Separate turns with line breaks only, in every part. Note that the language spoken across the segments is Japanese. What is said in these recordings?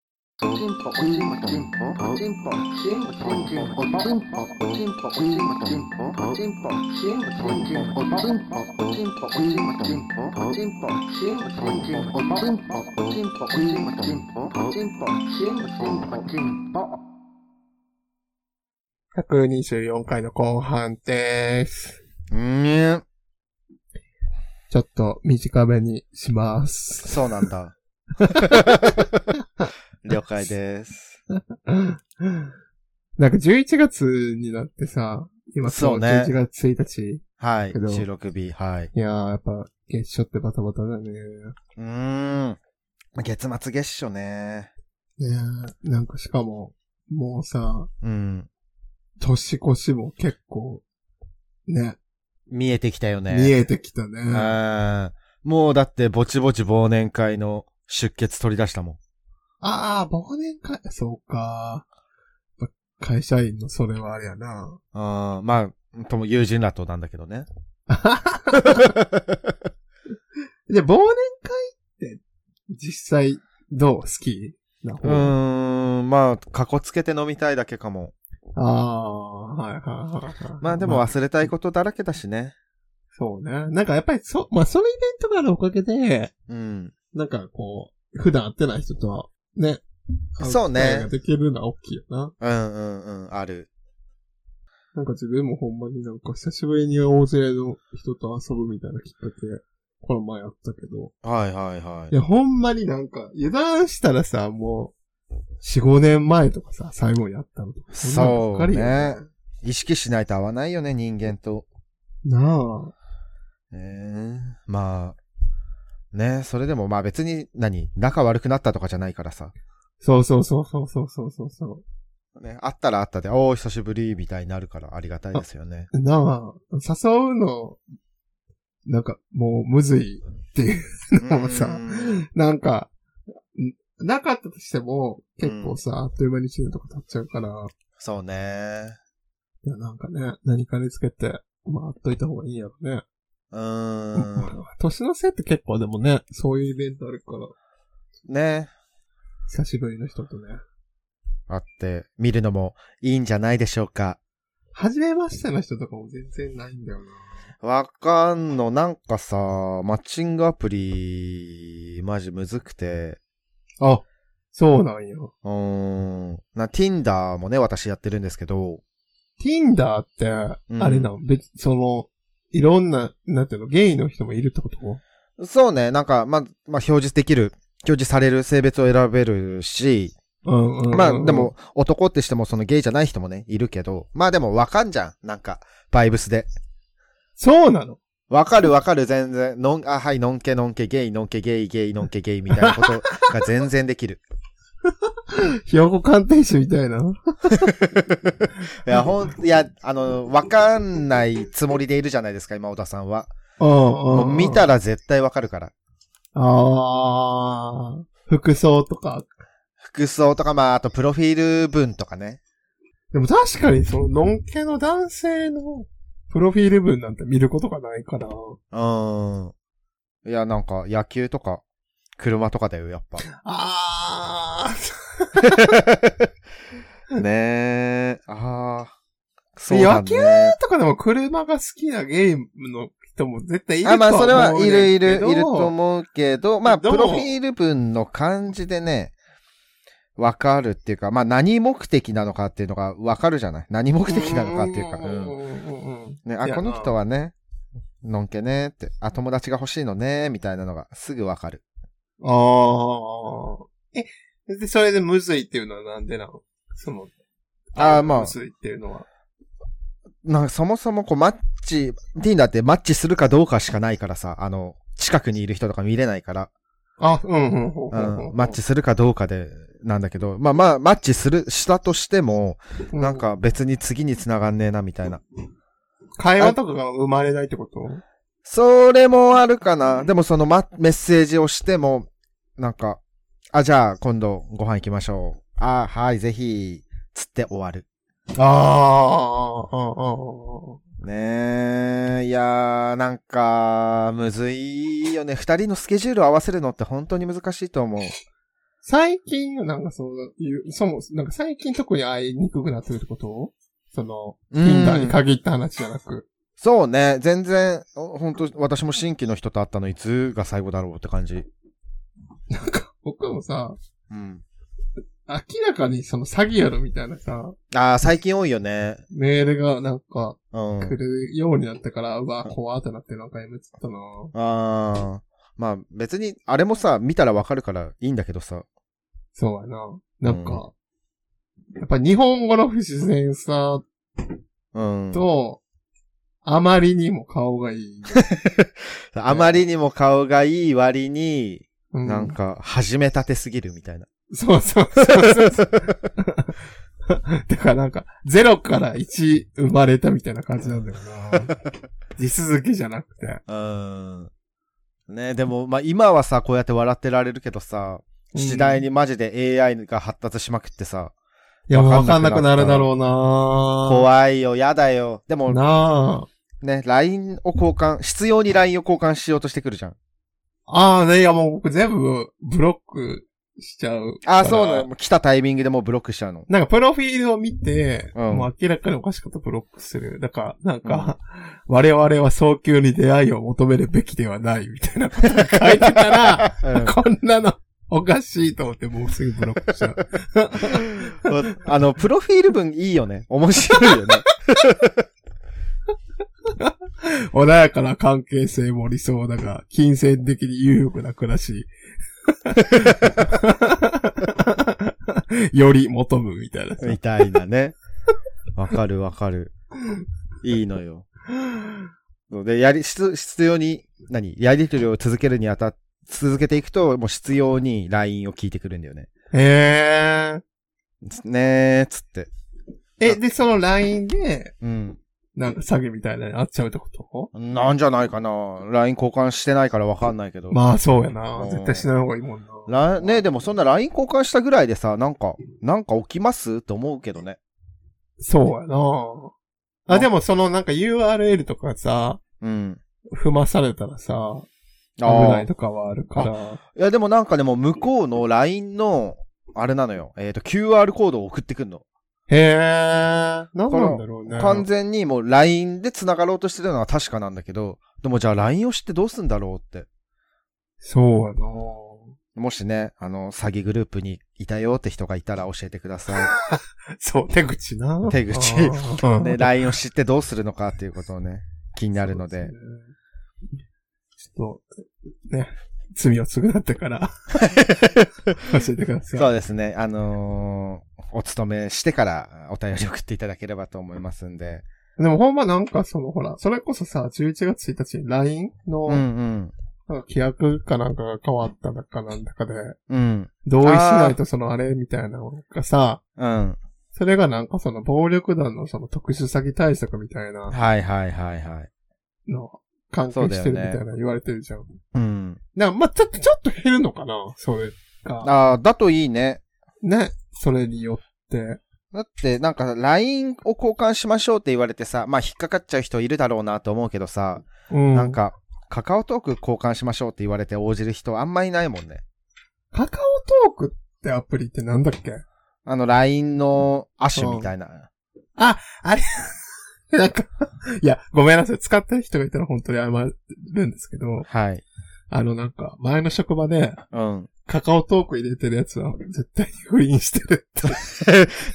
チンポおチンポチンポおチンポチンポチンポおチンポおチンポおチンポチンポおチンポチンポチンポおチンポおチンポおチンポチンポおチンポチンポチンポおチンポおチンポチンポチンポおチンポチンポチンポチンポ
124回の後半です。
うんにゃん。
ちょっと短めにします。
そうなんだ。 了解です。
なんか11月になってさ、今
そうね
11月1日。
はい
けど。
収録日。はい。
いやー、やっぱ月初ってバタバタだね。
うーん。月末月初ね。
ねえなんかしかも、もうさ、
うん。
年越しも結構、ね、
見えてきたよね。
見えてきたね。
うん。もうだってぼちぼち忘年会の出血取り出したもん。
あー、忘年会、そうか。やっぱ会社員のそれはあれやな。
うん。まあ、とも友人らとなんだけどね。
で、忘年会って、実際、どう好きな
う
方
ーん。まあ、かこつけて飲みたいだけかも。
ああ、はいはいはいはい。
まあでも、忘れたいことだらけだしね。
そうね。なんかやっぱり、そ、まあそのイベントがあるおかげで、
うん。
なんかこう、普段会ってない人とは、ね。会
そうね
機会ができるのは大きいよな。
うんうんうん。ある。
なんか自分もほんまになんか久しぶりに大勢の人と遊ぶみたいなきっかけ、この前あったけど。
はいはいはい
や、ほんまになんか、油断したらさ、もう、4、5年前とかさ、最後に会ったのとか。んなのばっかりよ
そう意識しないと合わないよね、人間と。
な
えー、まあ、ね、それでもまあ別に何、仲悪くなったとかじゃないからさ。
あ。そうそうそうそうそうそうそうそ
ね、あったらあったで、おー、久しぶり、みたいになるからありがたいですよ ね。
う。なあ、誘うの、なんか、もう、むずいっていうのもさ、
うん
なんか、んなかったとしても、結構さ、あっという間に1年とか経っちゃうから、
そうね。
いやなんかね、何かにつけて、まあ、あっといた方がいいんやろね。
うーん。
年のせいって結構でもね、そういうイベントあるから、
ね。
久しぶりの人とね。
あって、見るのもいいんじゃないでしょうか。
初めましての人とかも全然ないんだよな。
わかんの、なんかさ、マッチングアプリ、マジむずくて。
あ、そうなんよ。
うーん。な、Tinder もね、私やってるんですけど。
Tinder って、
うん
あれなの、別、その、いろんな、なんていうの、ゲイの人もいるってこと
そうね、なんか、まあ、まあ、表示できる、表示される性別を選べるし、
うんうんうんうん
まあ、でも、男ってしてもそのゲイじゃない人もね、いるけど、まあでもわかんじゃん。なんか、バイブスで。
そうなの
わかるわかる、全然。のん、あ、はい、のんけのんけ、ゲイ、のんけゲイ、ゲイ、のんけゲイ、みたいなことが全然で きる。
ひよこ鑑定士みたいな。
いや、ほん、いや、あの、わかんないつもりでいるじゃないですか、今、小田さんは。
うん
も
う。
うん見。たら絶対わかるから。
あー、服装とか。
服装とか、まあ、あと、プロフィール文とかね。
でも確かに、その、のんけの男性の、プロフィール文なんて見ることがないから。
うーん。いや、なんか、野球とか、車とかだよ、やっぱ。
あ
ねえ、ああ。そ
野球
ね。
ーとかでも車が好きなゲームの人も絶対いると
あ、まあ、
は
それは、
思う
いる
ね
い
ん
る、
けど
いると思うけど、まあ、プ
どう
ロフィール文の感じでね、わかるっていうか、まあ、何目的なのかっていうのがわかるじゃない何目的なのかっていうか。
ん
うん。
うんうんうん
ね、
い
あ、
や
この人はね、のんけねって、あ、友達が欲しいのね、みたいなのがすぐわかる。
ああ。え、で、それでむずいっていうのはなんでなのその、
あーまあ
むずいっていうのは。
なんかそもそもこうマッチ、ティンダってマッチするかどうかしかないからさ、あの、近くにいる人とか見れないから、
あ、うんうんう
うん
うん
ん
う、ん。
マッチするかどうかで、なんだけど、まあまあ、マッチする、したとしても、
う、
なんか別に次に繋がんねえな、みたいな。
会話とかが生まれないってこと
それもあるかな。でもそのま、メッセージをしても、なんか、あ、じゃあ今度ご飯行きましょう。あ、はい、ぜひ、つって終わる。
ああ、ああ、ああ。
ねえ、いやー、なん か、むずいよね。二人のスケジュールを合わせるのって本当に難しいと思う。
最近、なんかそういう、そも、なんか最近特に会いにくくなってるってことその、
う
インターに
ん。
限った話じゃなく。
そうね。全然、本当私も新規の人と会ったのいつが最後だろうって感じ。
なんか、僕もさ、
うん。
明らかにその詐欺やろみたいなさ、
ああ、最近多いよね。
メールがなんか
うん。
来るようになったから、うわ、怖ってなってなんかやめちゃったな
ああ。まあ別に、あれもさ、見たらわかるからいいんだけどさ。
そうやな。なんか、やっぱ日本語の不自然さ
うん。
と、あまりにも顔がいい。
あまりにも顔がいい割に、
う
なんか、始めたてすぎるみたいな。
そうそうそうそうそう。だからなんか、0から1生まれたみたいな感じなんだよ な。地続きじゃなくて。
うん。ねでも、まあ今はさ、こうやって笑ってられるけどさ、時代
に。
にマジで AI が発達しまくってさ、
いや、わ
わ
か
か
ん
ん
な
な
く
く
な
なった
るだろうな
怖いよ、やだよ。でも
なあ。
ね、LINE を交換、必要に LINE を交換しようとしてくるじゃん。
ああね、いやもう僕全部ブロックしちゃう。
ああ、そうなの。。もう来たタイミングでもうブロックしちゃうの。
なんか、プロフィールを見て、
うん
もう明らかにおかしかったブロックする。だから、なんか、 我々は早急に出会いを求めるべきではない、みたいなことが書いてたら、
うん
こんなのおかしいと思って、もうすぐブロックしちゃう。
あの、プロフィール文いいよね。面白いよね。
穏やかな関係性も理想だが、金銭的に裕福な暮らし。 より求むみたいな。
みたいな ね。わかるわかる。いいのよ。で、やり、必必要に、何やりとりを続けるにあた、続けていくと、もう必要に LINE を聞いてくるんだよね。
へー。
つねー、つって。
え、で、その LINE で、
うん。
なんか詐欺みたいなのにあっちゃうってこと
なんじゃないかな ?LINE 交換してないからわかんないけど。
まあそうやな
う。ん
絶対しない方がいいもんな。
らねでもそんな LINE 交換したぐらいでさ、なんか、なんか起きますって思うけどね。
そうやな。あ、でもそのなんか URL とかさ、
うん。
踏まされたらさ、危
あ
な
あ。
い
い
とかはあるから。
や、でもなんかでも向こうの LINE の、あれなのよ。えっ、と、QR コードを送ってくんの。
へえ。なんなんだろうね。
完全にもう LINE で繋がろうとしてるのは確かなんだけど、でもじゃあ LINE を知ってどうすんだろうって。
そうやな。
もしね、あの、詐欺グループにいたよって人がいたら教えてくださ
そう、手口な。
手口
あ
い。
ー
で、LINE を知ってどうするのかっていうことをね、気になるので。。
ちょっと、ね、罪を償ってから、 教えてください。
そうですね、あのーお勤めしてからお便り送っていただければと思いますんで。
でもほんまなんかそのほら、それこそさ、11月1日に LINE の、
うんうん。
なんか規約かなんかが変わっただかなんだかで、
うん。
同意しないとそのあれみたいなのがさ、
うん。
それがなんかその暴力団のその特殊詐欺対策みたいな
はいはいはいはい。
の関係してるみたいな言われてるじゃん。
うん。
なんかまあ、ちょっと、ちょっと減るのかなそれが。
ああ、だといいね。
ね、それによって。
だって、なんか、LINE を交換しましょうって言われてさ、まあ、引っかかっちゃう人いるだろうなと思うけどさ、
うん。
なん。か、カカオトーク交換しましょうって言われて応じる人あんまいないもんね。
カカオトークってアプリってなんだっけ
あの、LINE のアシュみたいな。
なんか、いや、ごめんなさい。使ってる人がいたら本当に謝るんですけど、
はい。
あのなんか、前の職場で、
うん。
カカオトーク入れてるやつは絶対に不倫してるって。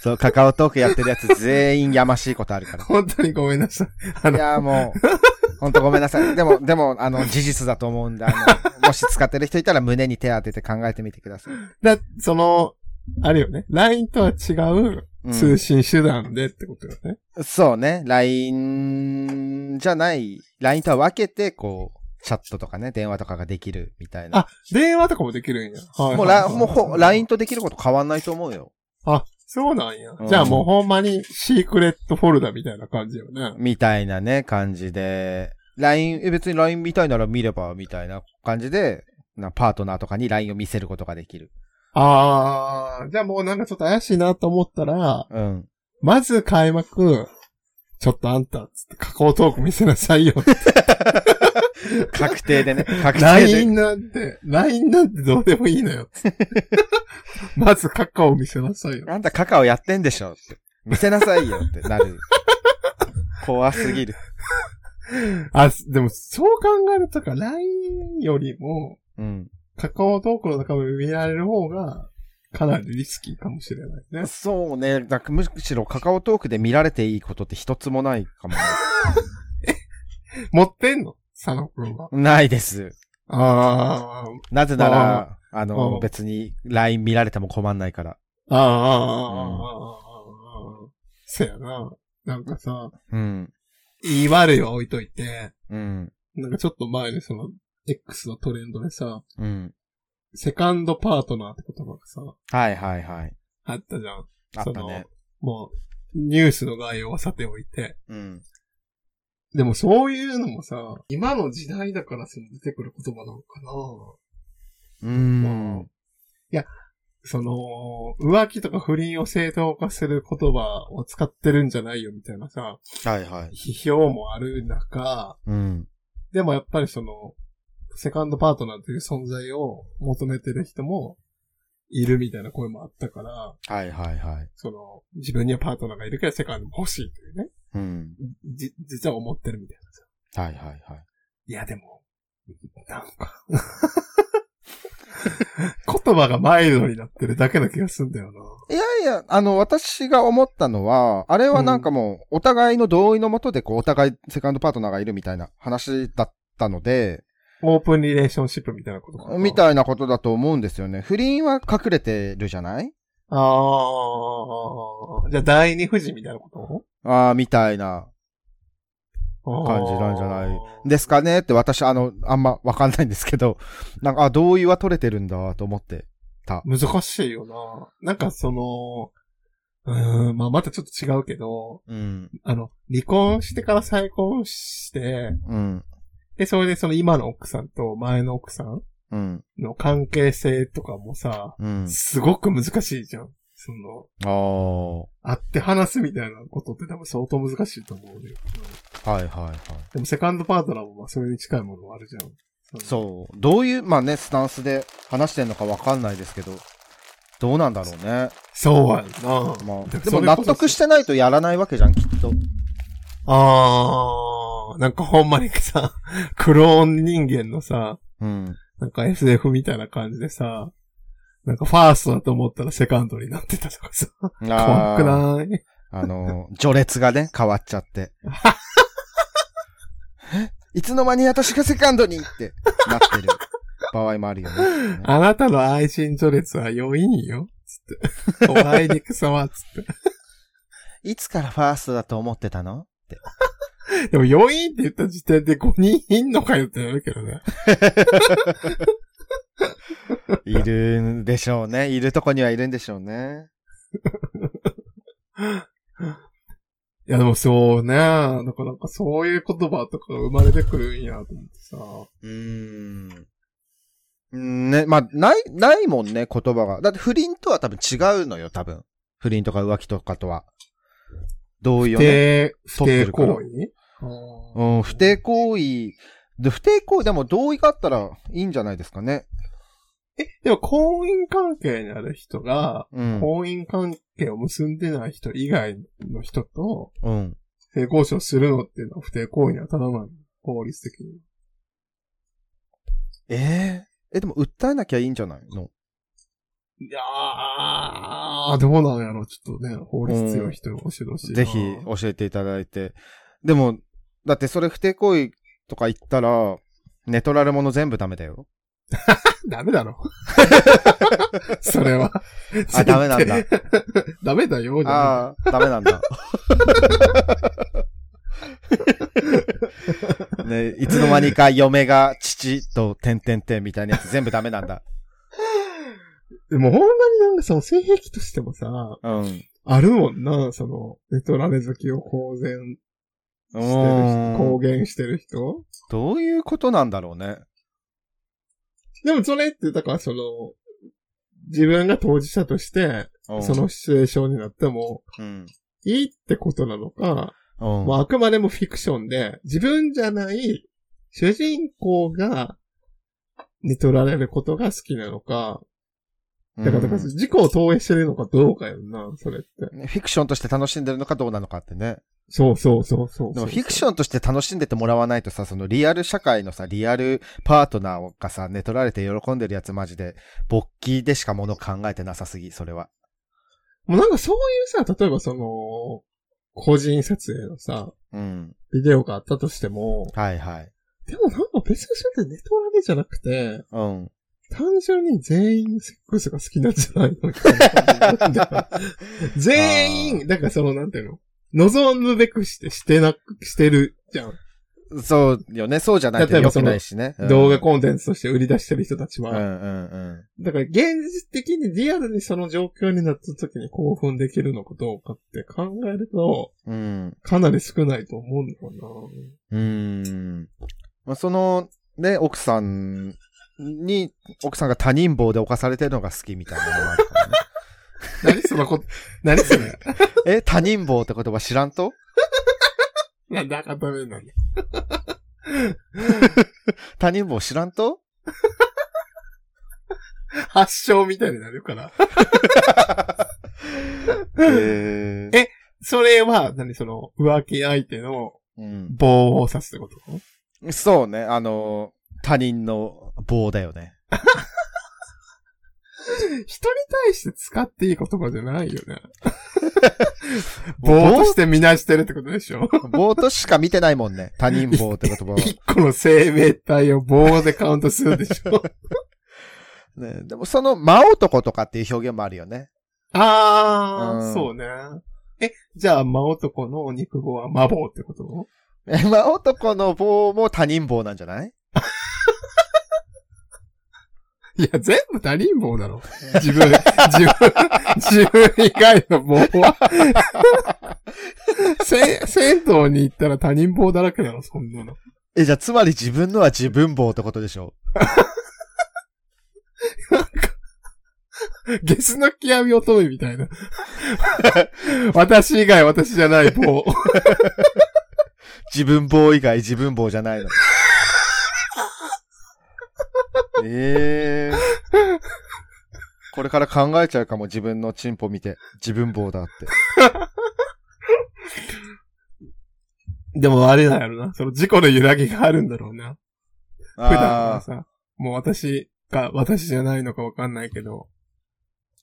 そう、カカオトークやってるやつ全員やましいことあ るから。
本当にごめんなさい。あ
い
の、
やー、もう、ほんとごめんなさい。でも、でも、あの、事実だと思うんで、あの、もし使ってる人いたら胸に手当てて考えてみてください。
だ、その、あれよね。LINE とは違う
うん
通信手段でってことよね。
そうね。LINE じゃない、LINE とは分けて、こう、チャットとかね、電話とかができるみたいな。
あ、電話とかもできるんや。はい
も
は
う
い
ラ、
はい
もうほ、LINE とできること変わんないと思うよ。
あ、そうなんや。
うん
じゃあもうほんまにシークレットフォルダみたいな感じよね。
みたいなね、感じで。LINE、え別に LINE 見たいなら見れば、みたいな感じで、なパートナーとかに LINE を見せることができる。
あー、じゃあもうなんかちょっと怪しいなと思ったら、
うん。
まず開 幕、ちょっとあんた、つって加工トーク見せなさいよって。
確 定でね。確定で。
LINE なんて、LINE なんてどうでもいいのよ。 まずカカオ見せなさいよ。
あんたカカオやってんでしょって。見せなさいよってなる。怖すぎる。
あ、でも、そう考えるとか、LINE よりも、
うん。
カカオトークの中身見られる方が、かなりリスキーかもしれないね。
そうね。だむしろカカオトークで見られていいことって一つもないかもね。
持ってんの佐野くんは。
ない です。
あー
なぜなら、あ
うん
の、別に LINE 見られても困んないから。
あー、あーあー、あーせやな。なんかさ、
うん。
言い悪いは置いといて、
うん。
なんかちょっと前にその、X のトレンドでさ、
うん。
セカンドパートナーって言葉がさ、
はいはいはい。
あったじゃん。
あったね。
もう、ニュースの概要はさておいて。
うん。
でもそういうのもさ、今の時代だからその出てくる言葉なのかな
う
まあ
ん。
いや、その、浮気とか不倫を正当化する言葉を使ってるんじゃないよみたいなさ、
はいはい。
批評もある中、
うん。
でもやっぱりその、セカンドパートナーという存在を求めてる人もいるみたいな声もあったから、
はいはいはい。
その、自分にはパートナーがいるけどセカンドも欲しいというね、
うん。
じ、実は思ってるみたいなさ。
はいはいはい。
いや、でも、なんか、言葉がマイルドになってるだけな気がすんだよ
いやいや、あの、私が思ったのは、あれはなんかもう、お互いの同意のもとで、こう、お互いセカンドパートナーがいるみたいな話だったので、
な。オープンリレーションシップみたいなことかな。
みたいなことだと思うんですよね。不倫は隠れてるじゃない
ああ、じゃあ第二富士みたいなこ
ああ、みたいな
と
感じなんじゃないですかねって私、あの、あんまわかんないんですけど、 なんか、あ、同意は取れてるんだと思って。
難しいよな。なんかその、うーん、まあまたちょっと違うけど、
うん。
あの、離婚してから再婚して、
うん。
で、それでその今の奥さんと前の奥さん
うん。
の関係性とかもさ、
うん。
すごく難しいじゃん。その、
ああ。は
会って話すみたいなことって多分相当難しいと思うね。
いはいはい。
でもセカンドパートナーもまあそれに近いものはあるじゃん。その
そう。どういう、まあね、スタンスで話してんのかわかんないですけど、どうなんだろうね。
そうやんな。
まあ、
だから
でも納得してないとやらないわけじゃん、きっと。
あー、なんかほんまにさ、 クローン人間のさ、
うん。
なんか SF みたいな感じでさ、なんかファーストだと思ったらセカンドになってたとかさ、怖く
い
ない
あの、序列がね、変わっちゃって。 えいつの間に私がセカンドにってなってる場合もあるよね。
あなたの愛人序列は良いんよ。つって。お 前に草は、つって。
いつからファーストだと思ってたのって。
でも4人って言った時点で5人いんのかよってなるけどね。
いるんでしょうね。いるとこにはいるんでしょうね。
いやでもそうね。なんかなんかそういう言葉とかが生まれてくるんやと思ってさ。
うーん。うんね、まあ、ない、ないもんね、言葉が。だって不倫とは多分違うのよ、多分。不倫とか浮気とかとは。同意
不
をね。
定、不
取っ
定
てる
行
から
為
うん、不定行為。で不定行為でも同意があったらいいんじゃないですかね。
でも婚姻関係にある人が、
うん。
婚姻関係を結んでない人以外の人と
うん。
性交渉するのっていうのは不定行為に当たらない。法律的に。
えええ、でも訴えなきゃいいんじゃないの
いやー、どうなんやろちょっとね、法律強い人を教えてほしいな。
ぜひ教えていただいて。でも、だってそれ不定行為とか言ったら、寝取られ物全部ダメだよ。
ダメだ ろ。それは。
あ、ダメなんだ。。
ダメだよ、じゃ
ああ、ダメなん だ。ね、いつの間にか嫁が父と点々点みたいなやつ全部ダメなんだ。
でもほんまになんかその性癖としてもさ、
うん。
あるもんな、その、寝取られ好きを公然
う
してる
ー
人、公
ん
言してる人
どういうことなんだろうね。
でもそれって、だからその、自分が当事者として、
うん
その、シチュエーションになっても、
うん。
いいってことなのか、
うん
まあ、あくまでもフィクションで、自分じゃない主人公が寝取られることが好きなのか、だから、だから
うん
事故を投影してるのかどうかよな、それって。
フィクションとして楽しんでるのかどうなのかってね。
そうそうそうそうそ
で
う。
もフィクションとして楽しんでてもらわないとさ、そのリアル社会のさ、リアルパートナーがさ、寝取られて喜んでるやつマジで、勃起でしかもの考えてなさすぎ、それは。
もうなんかそういうさ、例えばその、個人撮影のさ、
うん。
ビデオがあったとしても、
はいはい。
でもなんか別にそれって寝取られじゃなくて、
うん。
単純に全員セックスが好きなんじゃないのみたいな感じだから 全員、だからその、なんていうの望むべくしてしてなく、してるじゃん。
そうよね、そうじゃないと
例えば
良
そ
く
の
ないしね。うん
動画コンテンツとして売り出してる人たち
う
は。
んうんうん。
だから現実的にリアルにその状況になった時に興奮できるのかどうかって考えると、
うん。
かなり少ないと思うんだよ
うーん。まあ、その、ね、奥さんに、奥さんが他人棒で侵されてるのが好きみたいなのもある からね。
な。何そのこ、何それ。
え、他人棒って言葉知らんと
なんだかダメなんだ。
他人棒知らんと
発症みたいになるから。
え
えそれは、何その、浮気相手の
うん。
棒を刺すってこと
そうね、あの、他人の棒だよね。
人に対して使っていい言葉じゃないよね。棒
棒
としてみなしてるってことでしょ
棒としか見てないもんね。他人棒って言葉は。
一個の生命体を棒でカウントするでしょ
ね、でもその、魔男とかっていう表現もあるよね。
あー、
うん
そうね。え、じゃあ、魔男の肉棒は魔棒ってこと
え魔男の棒も他人棒なんじゃない
いや、全部他人棒だろ。自 分、自分、自分以外の棒は。 せ、銭湯に行ったら他人棒だらけだろ、そんなの。
え、じゃあつまり自分のは自分棒ってことでしょ
ゲスの極み乙女みたい な。私以外私じゃない棒。
自分棒以外自分棒じゃないの。 ええこれから考えちゃうかも、自分のチンポ見て。自分棒だって。
でもあれだよな。その事故の揺らぎがあるんだろうな。普段は
ああ、
さ、もう私が私じゃないのかわかんないけど、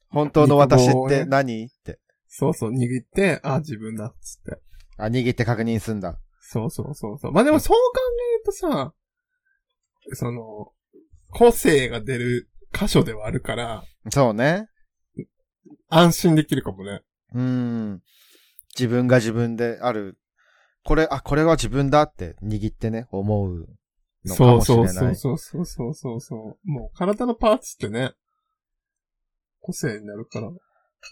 本当の私っ
肉棒をね
て何って。
そうそう握って、あ、自分だっつって。
あ、握って確認すんだ。
そうそうそうそう。まあでもそう考えるとさ、その、個性が出る箇所ではあるから、
そうね。
安心できるかもね。
うん。自分が自分である。これ、あ、これは自分だって握ってね、思うのか
そう
もしれ
そう
ない。
そうそうそうそうそうそう。もう体のパーツってね、個性になる から。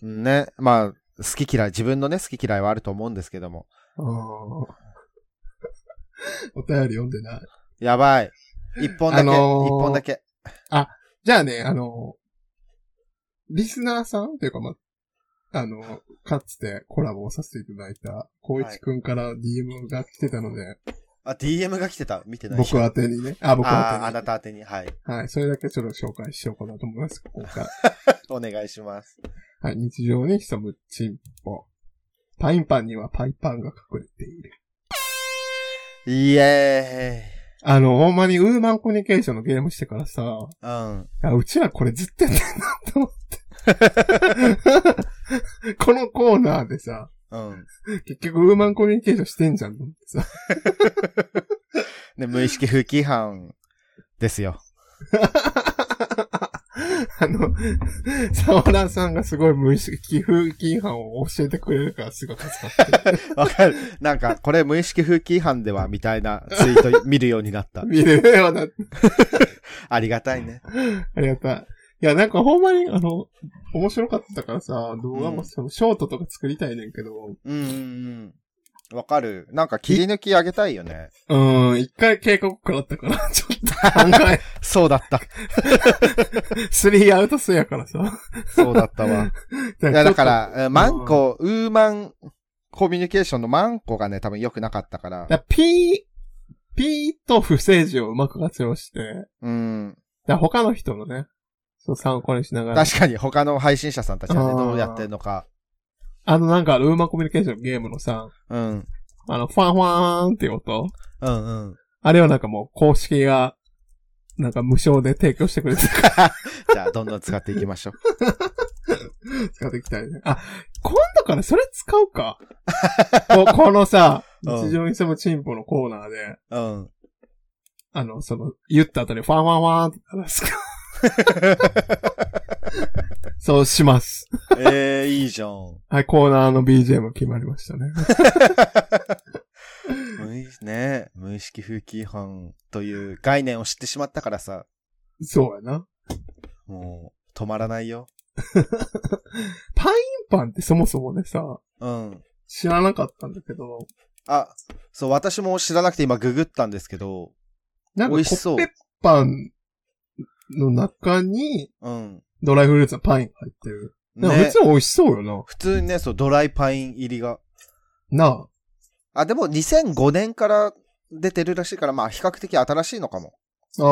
ね。まあ、好き嫌い、自分のね、好き嫌いはあると思うんですけども。
あーお便り読んでない。
やばい。一本
あ
だけ、一、
のー
本だけ。
じゃあね、あの、リスナーさんというか、まあ、あの、かつてコラボをさせていただいた、光一くんから DM が来てたので、
あ、DM が来てた。見てない。
僕宛てにね。あ、僕
あ
宛
ー、あ
て
なた宛てに。はい。
に。はい。それだけちょっと紹介しようかなと思います。ここから。
お願いします。
はい。日常に潜むチンポ。パインパンにはパイパンが隠れている。
イエ
あの、ほんまにウーマンコミュニケーションのゲームしてからさ、
ーイ。うん。
あうちらこれずっとやってんなと思っ て。このコーナーでさ、
うん。
結局ウーマンコミュニケーションしてんじゃんと思ってさ。
で、無意識不規範ですよ。
あの、沢田さんがすごい無意識、寄付規範を教えてくれるからすごい助かってる。
わかる。なんか、これ無意識不規範では、みたいなツイート見るようになった。
見れるような
ありがたいね。
ありがたい。いや、なんかほんまに、あの、面白かったからさ、動画もその、ショートとか作りたいねんけど、
うんうんうん。わかる。なんか切り抜きあげたいよね。
うーん、一回警告食らったから、 ちょっと考え、
そうだった。
スリーアウト数やからさ。
そうだったわ。
い
いや、だか、ら、マンコ、ウーマンコミュニケーションのマンコがね、多分良くなかったから。
だ P、ピーと不正字をうまく活用して、だか
うん。
ら他の人のね、そう参考にしながら、
確かに他の配信者さんたちがね、
あー
どうやってんのか。
あのなんかルーマンコミュニケーションゲームのさ、
うん。
あの、ファンファーンっていう音
うんうん。
あれはなんかもう公式が、なんか無償で提供してくれてるから
じゃあ、どんどん使っていきましょう。
使っていきたいね。あ、今度からそれ使うか。 ここのさ、
うん
日常に住むチンポのコーナーで、
うん。
あの、その、言った後にファンファンファンって鳴らすか。 そうします。
ええいいじゃん。
はい、コーナーの BGM 決まりましたね。
無意ね、無意識風紀違反という概念を知ってしまったからさ、
そうやな。
もう止まらないよ。
チンパンってそもそもねさ、
うん。
知らなかったんだけど、
あ、そう、私も知らなくて今ググったんですけど、
なんか
美
コ
味しそう
ッペパンの中に
うん。
ドライフルーツのパインが入ってる。でも
ね
別、に美味しそうよ
普通にね、そう、ドライパイン入りが。
な。な
あ、でも2005年から出てるらしいから、まあ比較的新しいのかも。
あ。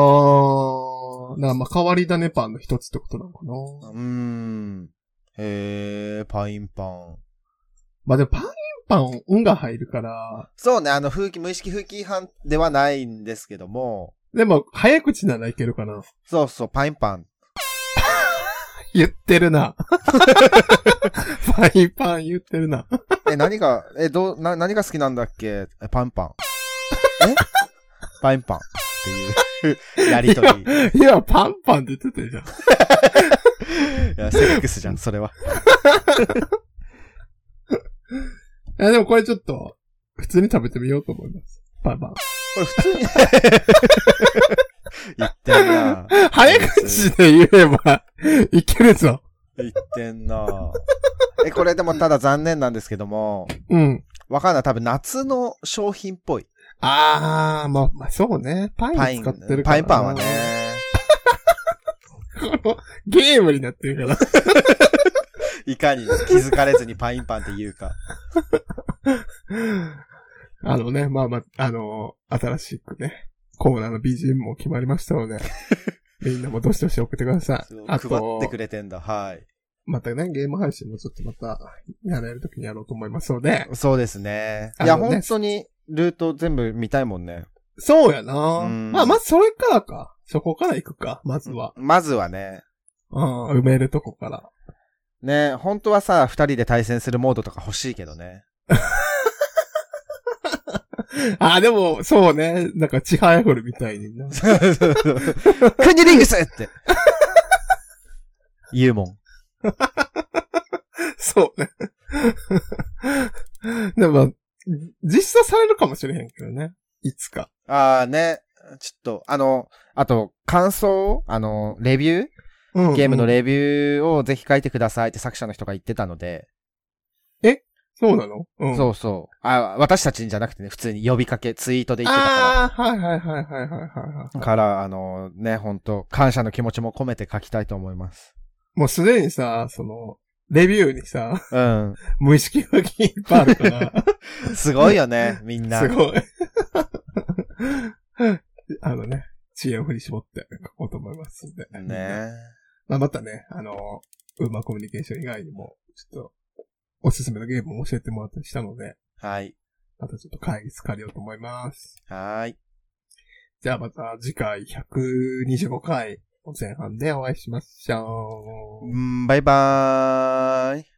あー、なまあ変わり種パンの一つってことなのかな。
うーん。へえ、パインパン。
まあでもパインパン、運が入るから、
そうね、あの風紀、無意識風紀違反ではないんですけども、
でも早口ならいけるかな。
そうそう、パインパン。
言ってるな。 パインパン言ってるな。
え、何が、え、どう、な、何が好きなんだっけえ、パンパ ン。えパインパンっていう やりとり。い
今パンパンって言ってたじゃん。
や、セックスじゃん、それは。
いや、でもこれちょっと、普通に食べてみようと思います。パンパン。
これ普通に 言ってんな。
早口で言えば、いけるぞ。
言ってんな。え、これでもただ残念なんですけども、
うん。
わかんない。多分夏の商品っぽい。
あー、まあ、まあ、そうね。パ
パ
イ
イ
ン
ン、
使ってるから。
パインパンは。ね、
このゲームになってるから。
いかに気づかれずにパインパンって言うか。
あのね、まあまあ、あの新しくね、コーナーの BGM も決まりましたので、 みんなもどしどし送ってください
そう。
あ
配って
と
く、れてんだ。はい。
またね、ゲーム配信もちょっとまた、やれるときにやろうと思いますので、
そうですね。
あ
いや、
のね
本当に、ルート全部見たいもんね。
そうやな
うん
まあ、まずそれからか。そこから行くか、まずは。
まずはね。
うん、埋めるとこから。
ね、本当はさ、二人で対戦するモードとか欲しいけど ね。
あー、でも、そうね、なんか、ちはやふるみたいにな。
クニリングスって。言うもん。
そうね。 でもまあ、実際されるかもしれへんけどね。いつか。
あーね。ちょっと、あの、あと、感想あの、レビューゲームの
レ
レビューをぜひ書いてくださいって作者の人が言ってたので、
そうなのうん。
そうそう。あ、私たちにじゃなくてね、普通に呼びかけ、ツイートで言ってたから。
ああ、はいはいはいはいはいはいは
から、あのね、本当感謝の気持ちも込めて書きたいと思います。
い。もうすでにさ、その、レビューにさ、
うん。
無意識がいっぱいあるか
すごいよね、みん
ら、
な。
すごい。 あのね、知恵を振り絞って書こうと思いますんで。
ね。
まあ、またね、あの、ウーマーコミュニケーション以外にも、ちょっと、おすすめのゲームを教えてもらったりしたので、
はい。
またちょっと会議借りようと思います。
はーい。
じゃあまた次回125回の前半でお会いしましょう。
うんバイバーイ。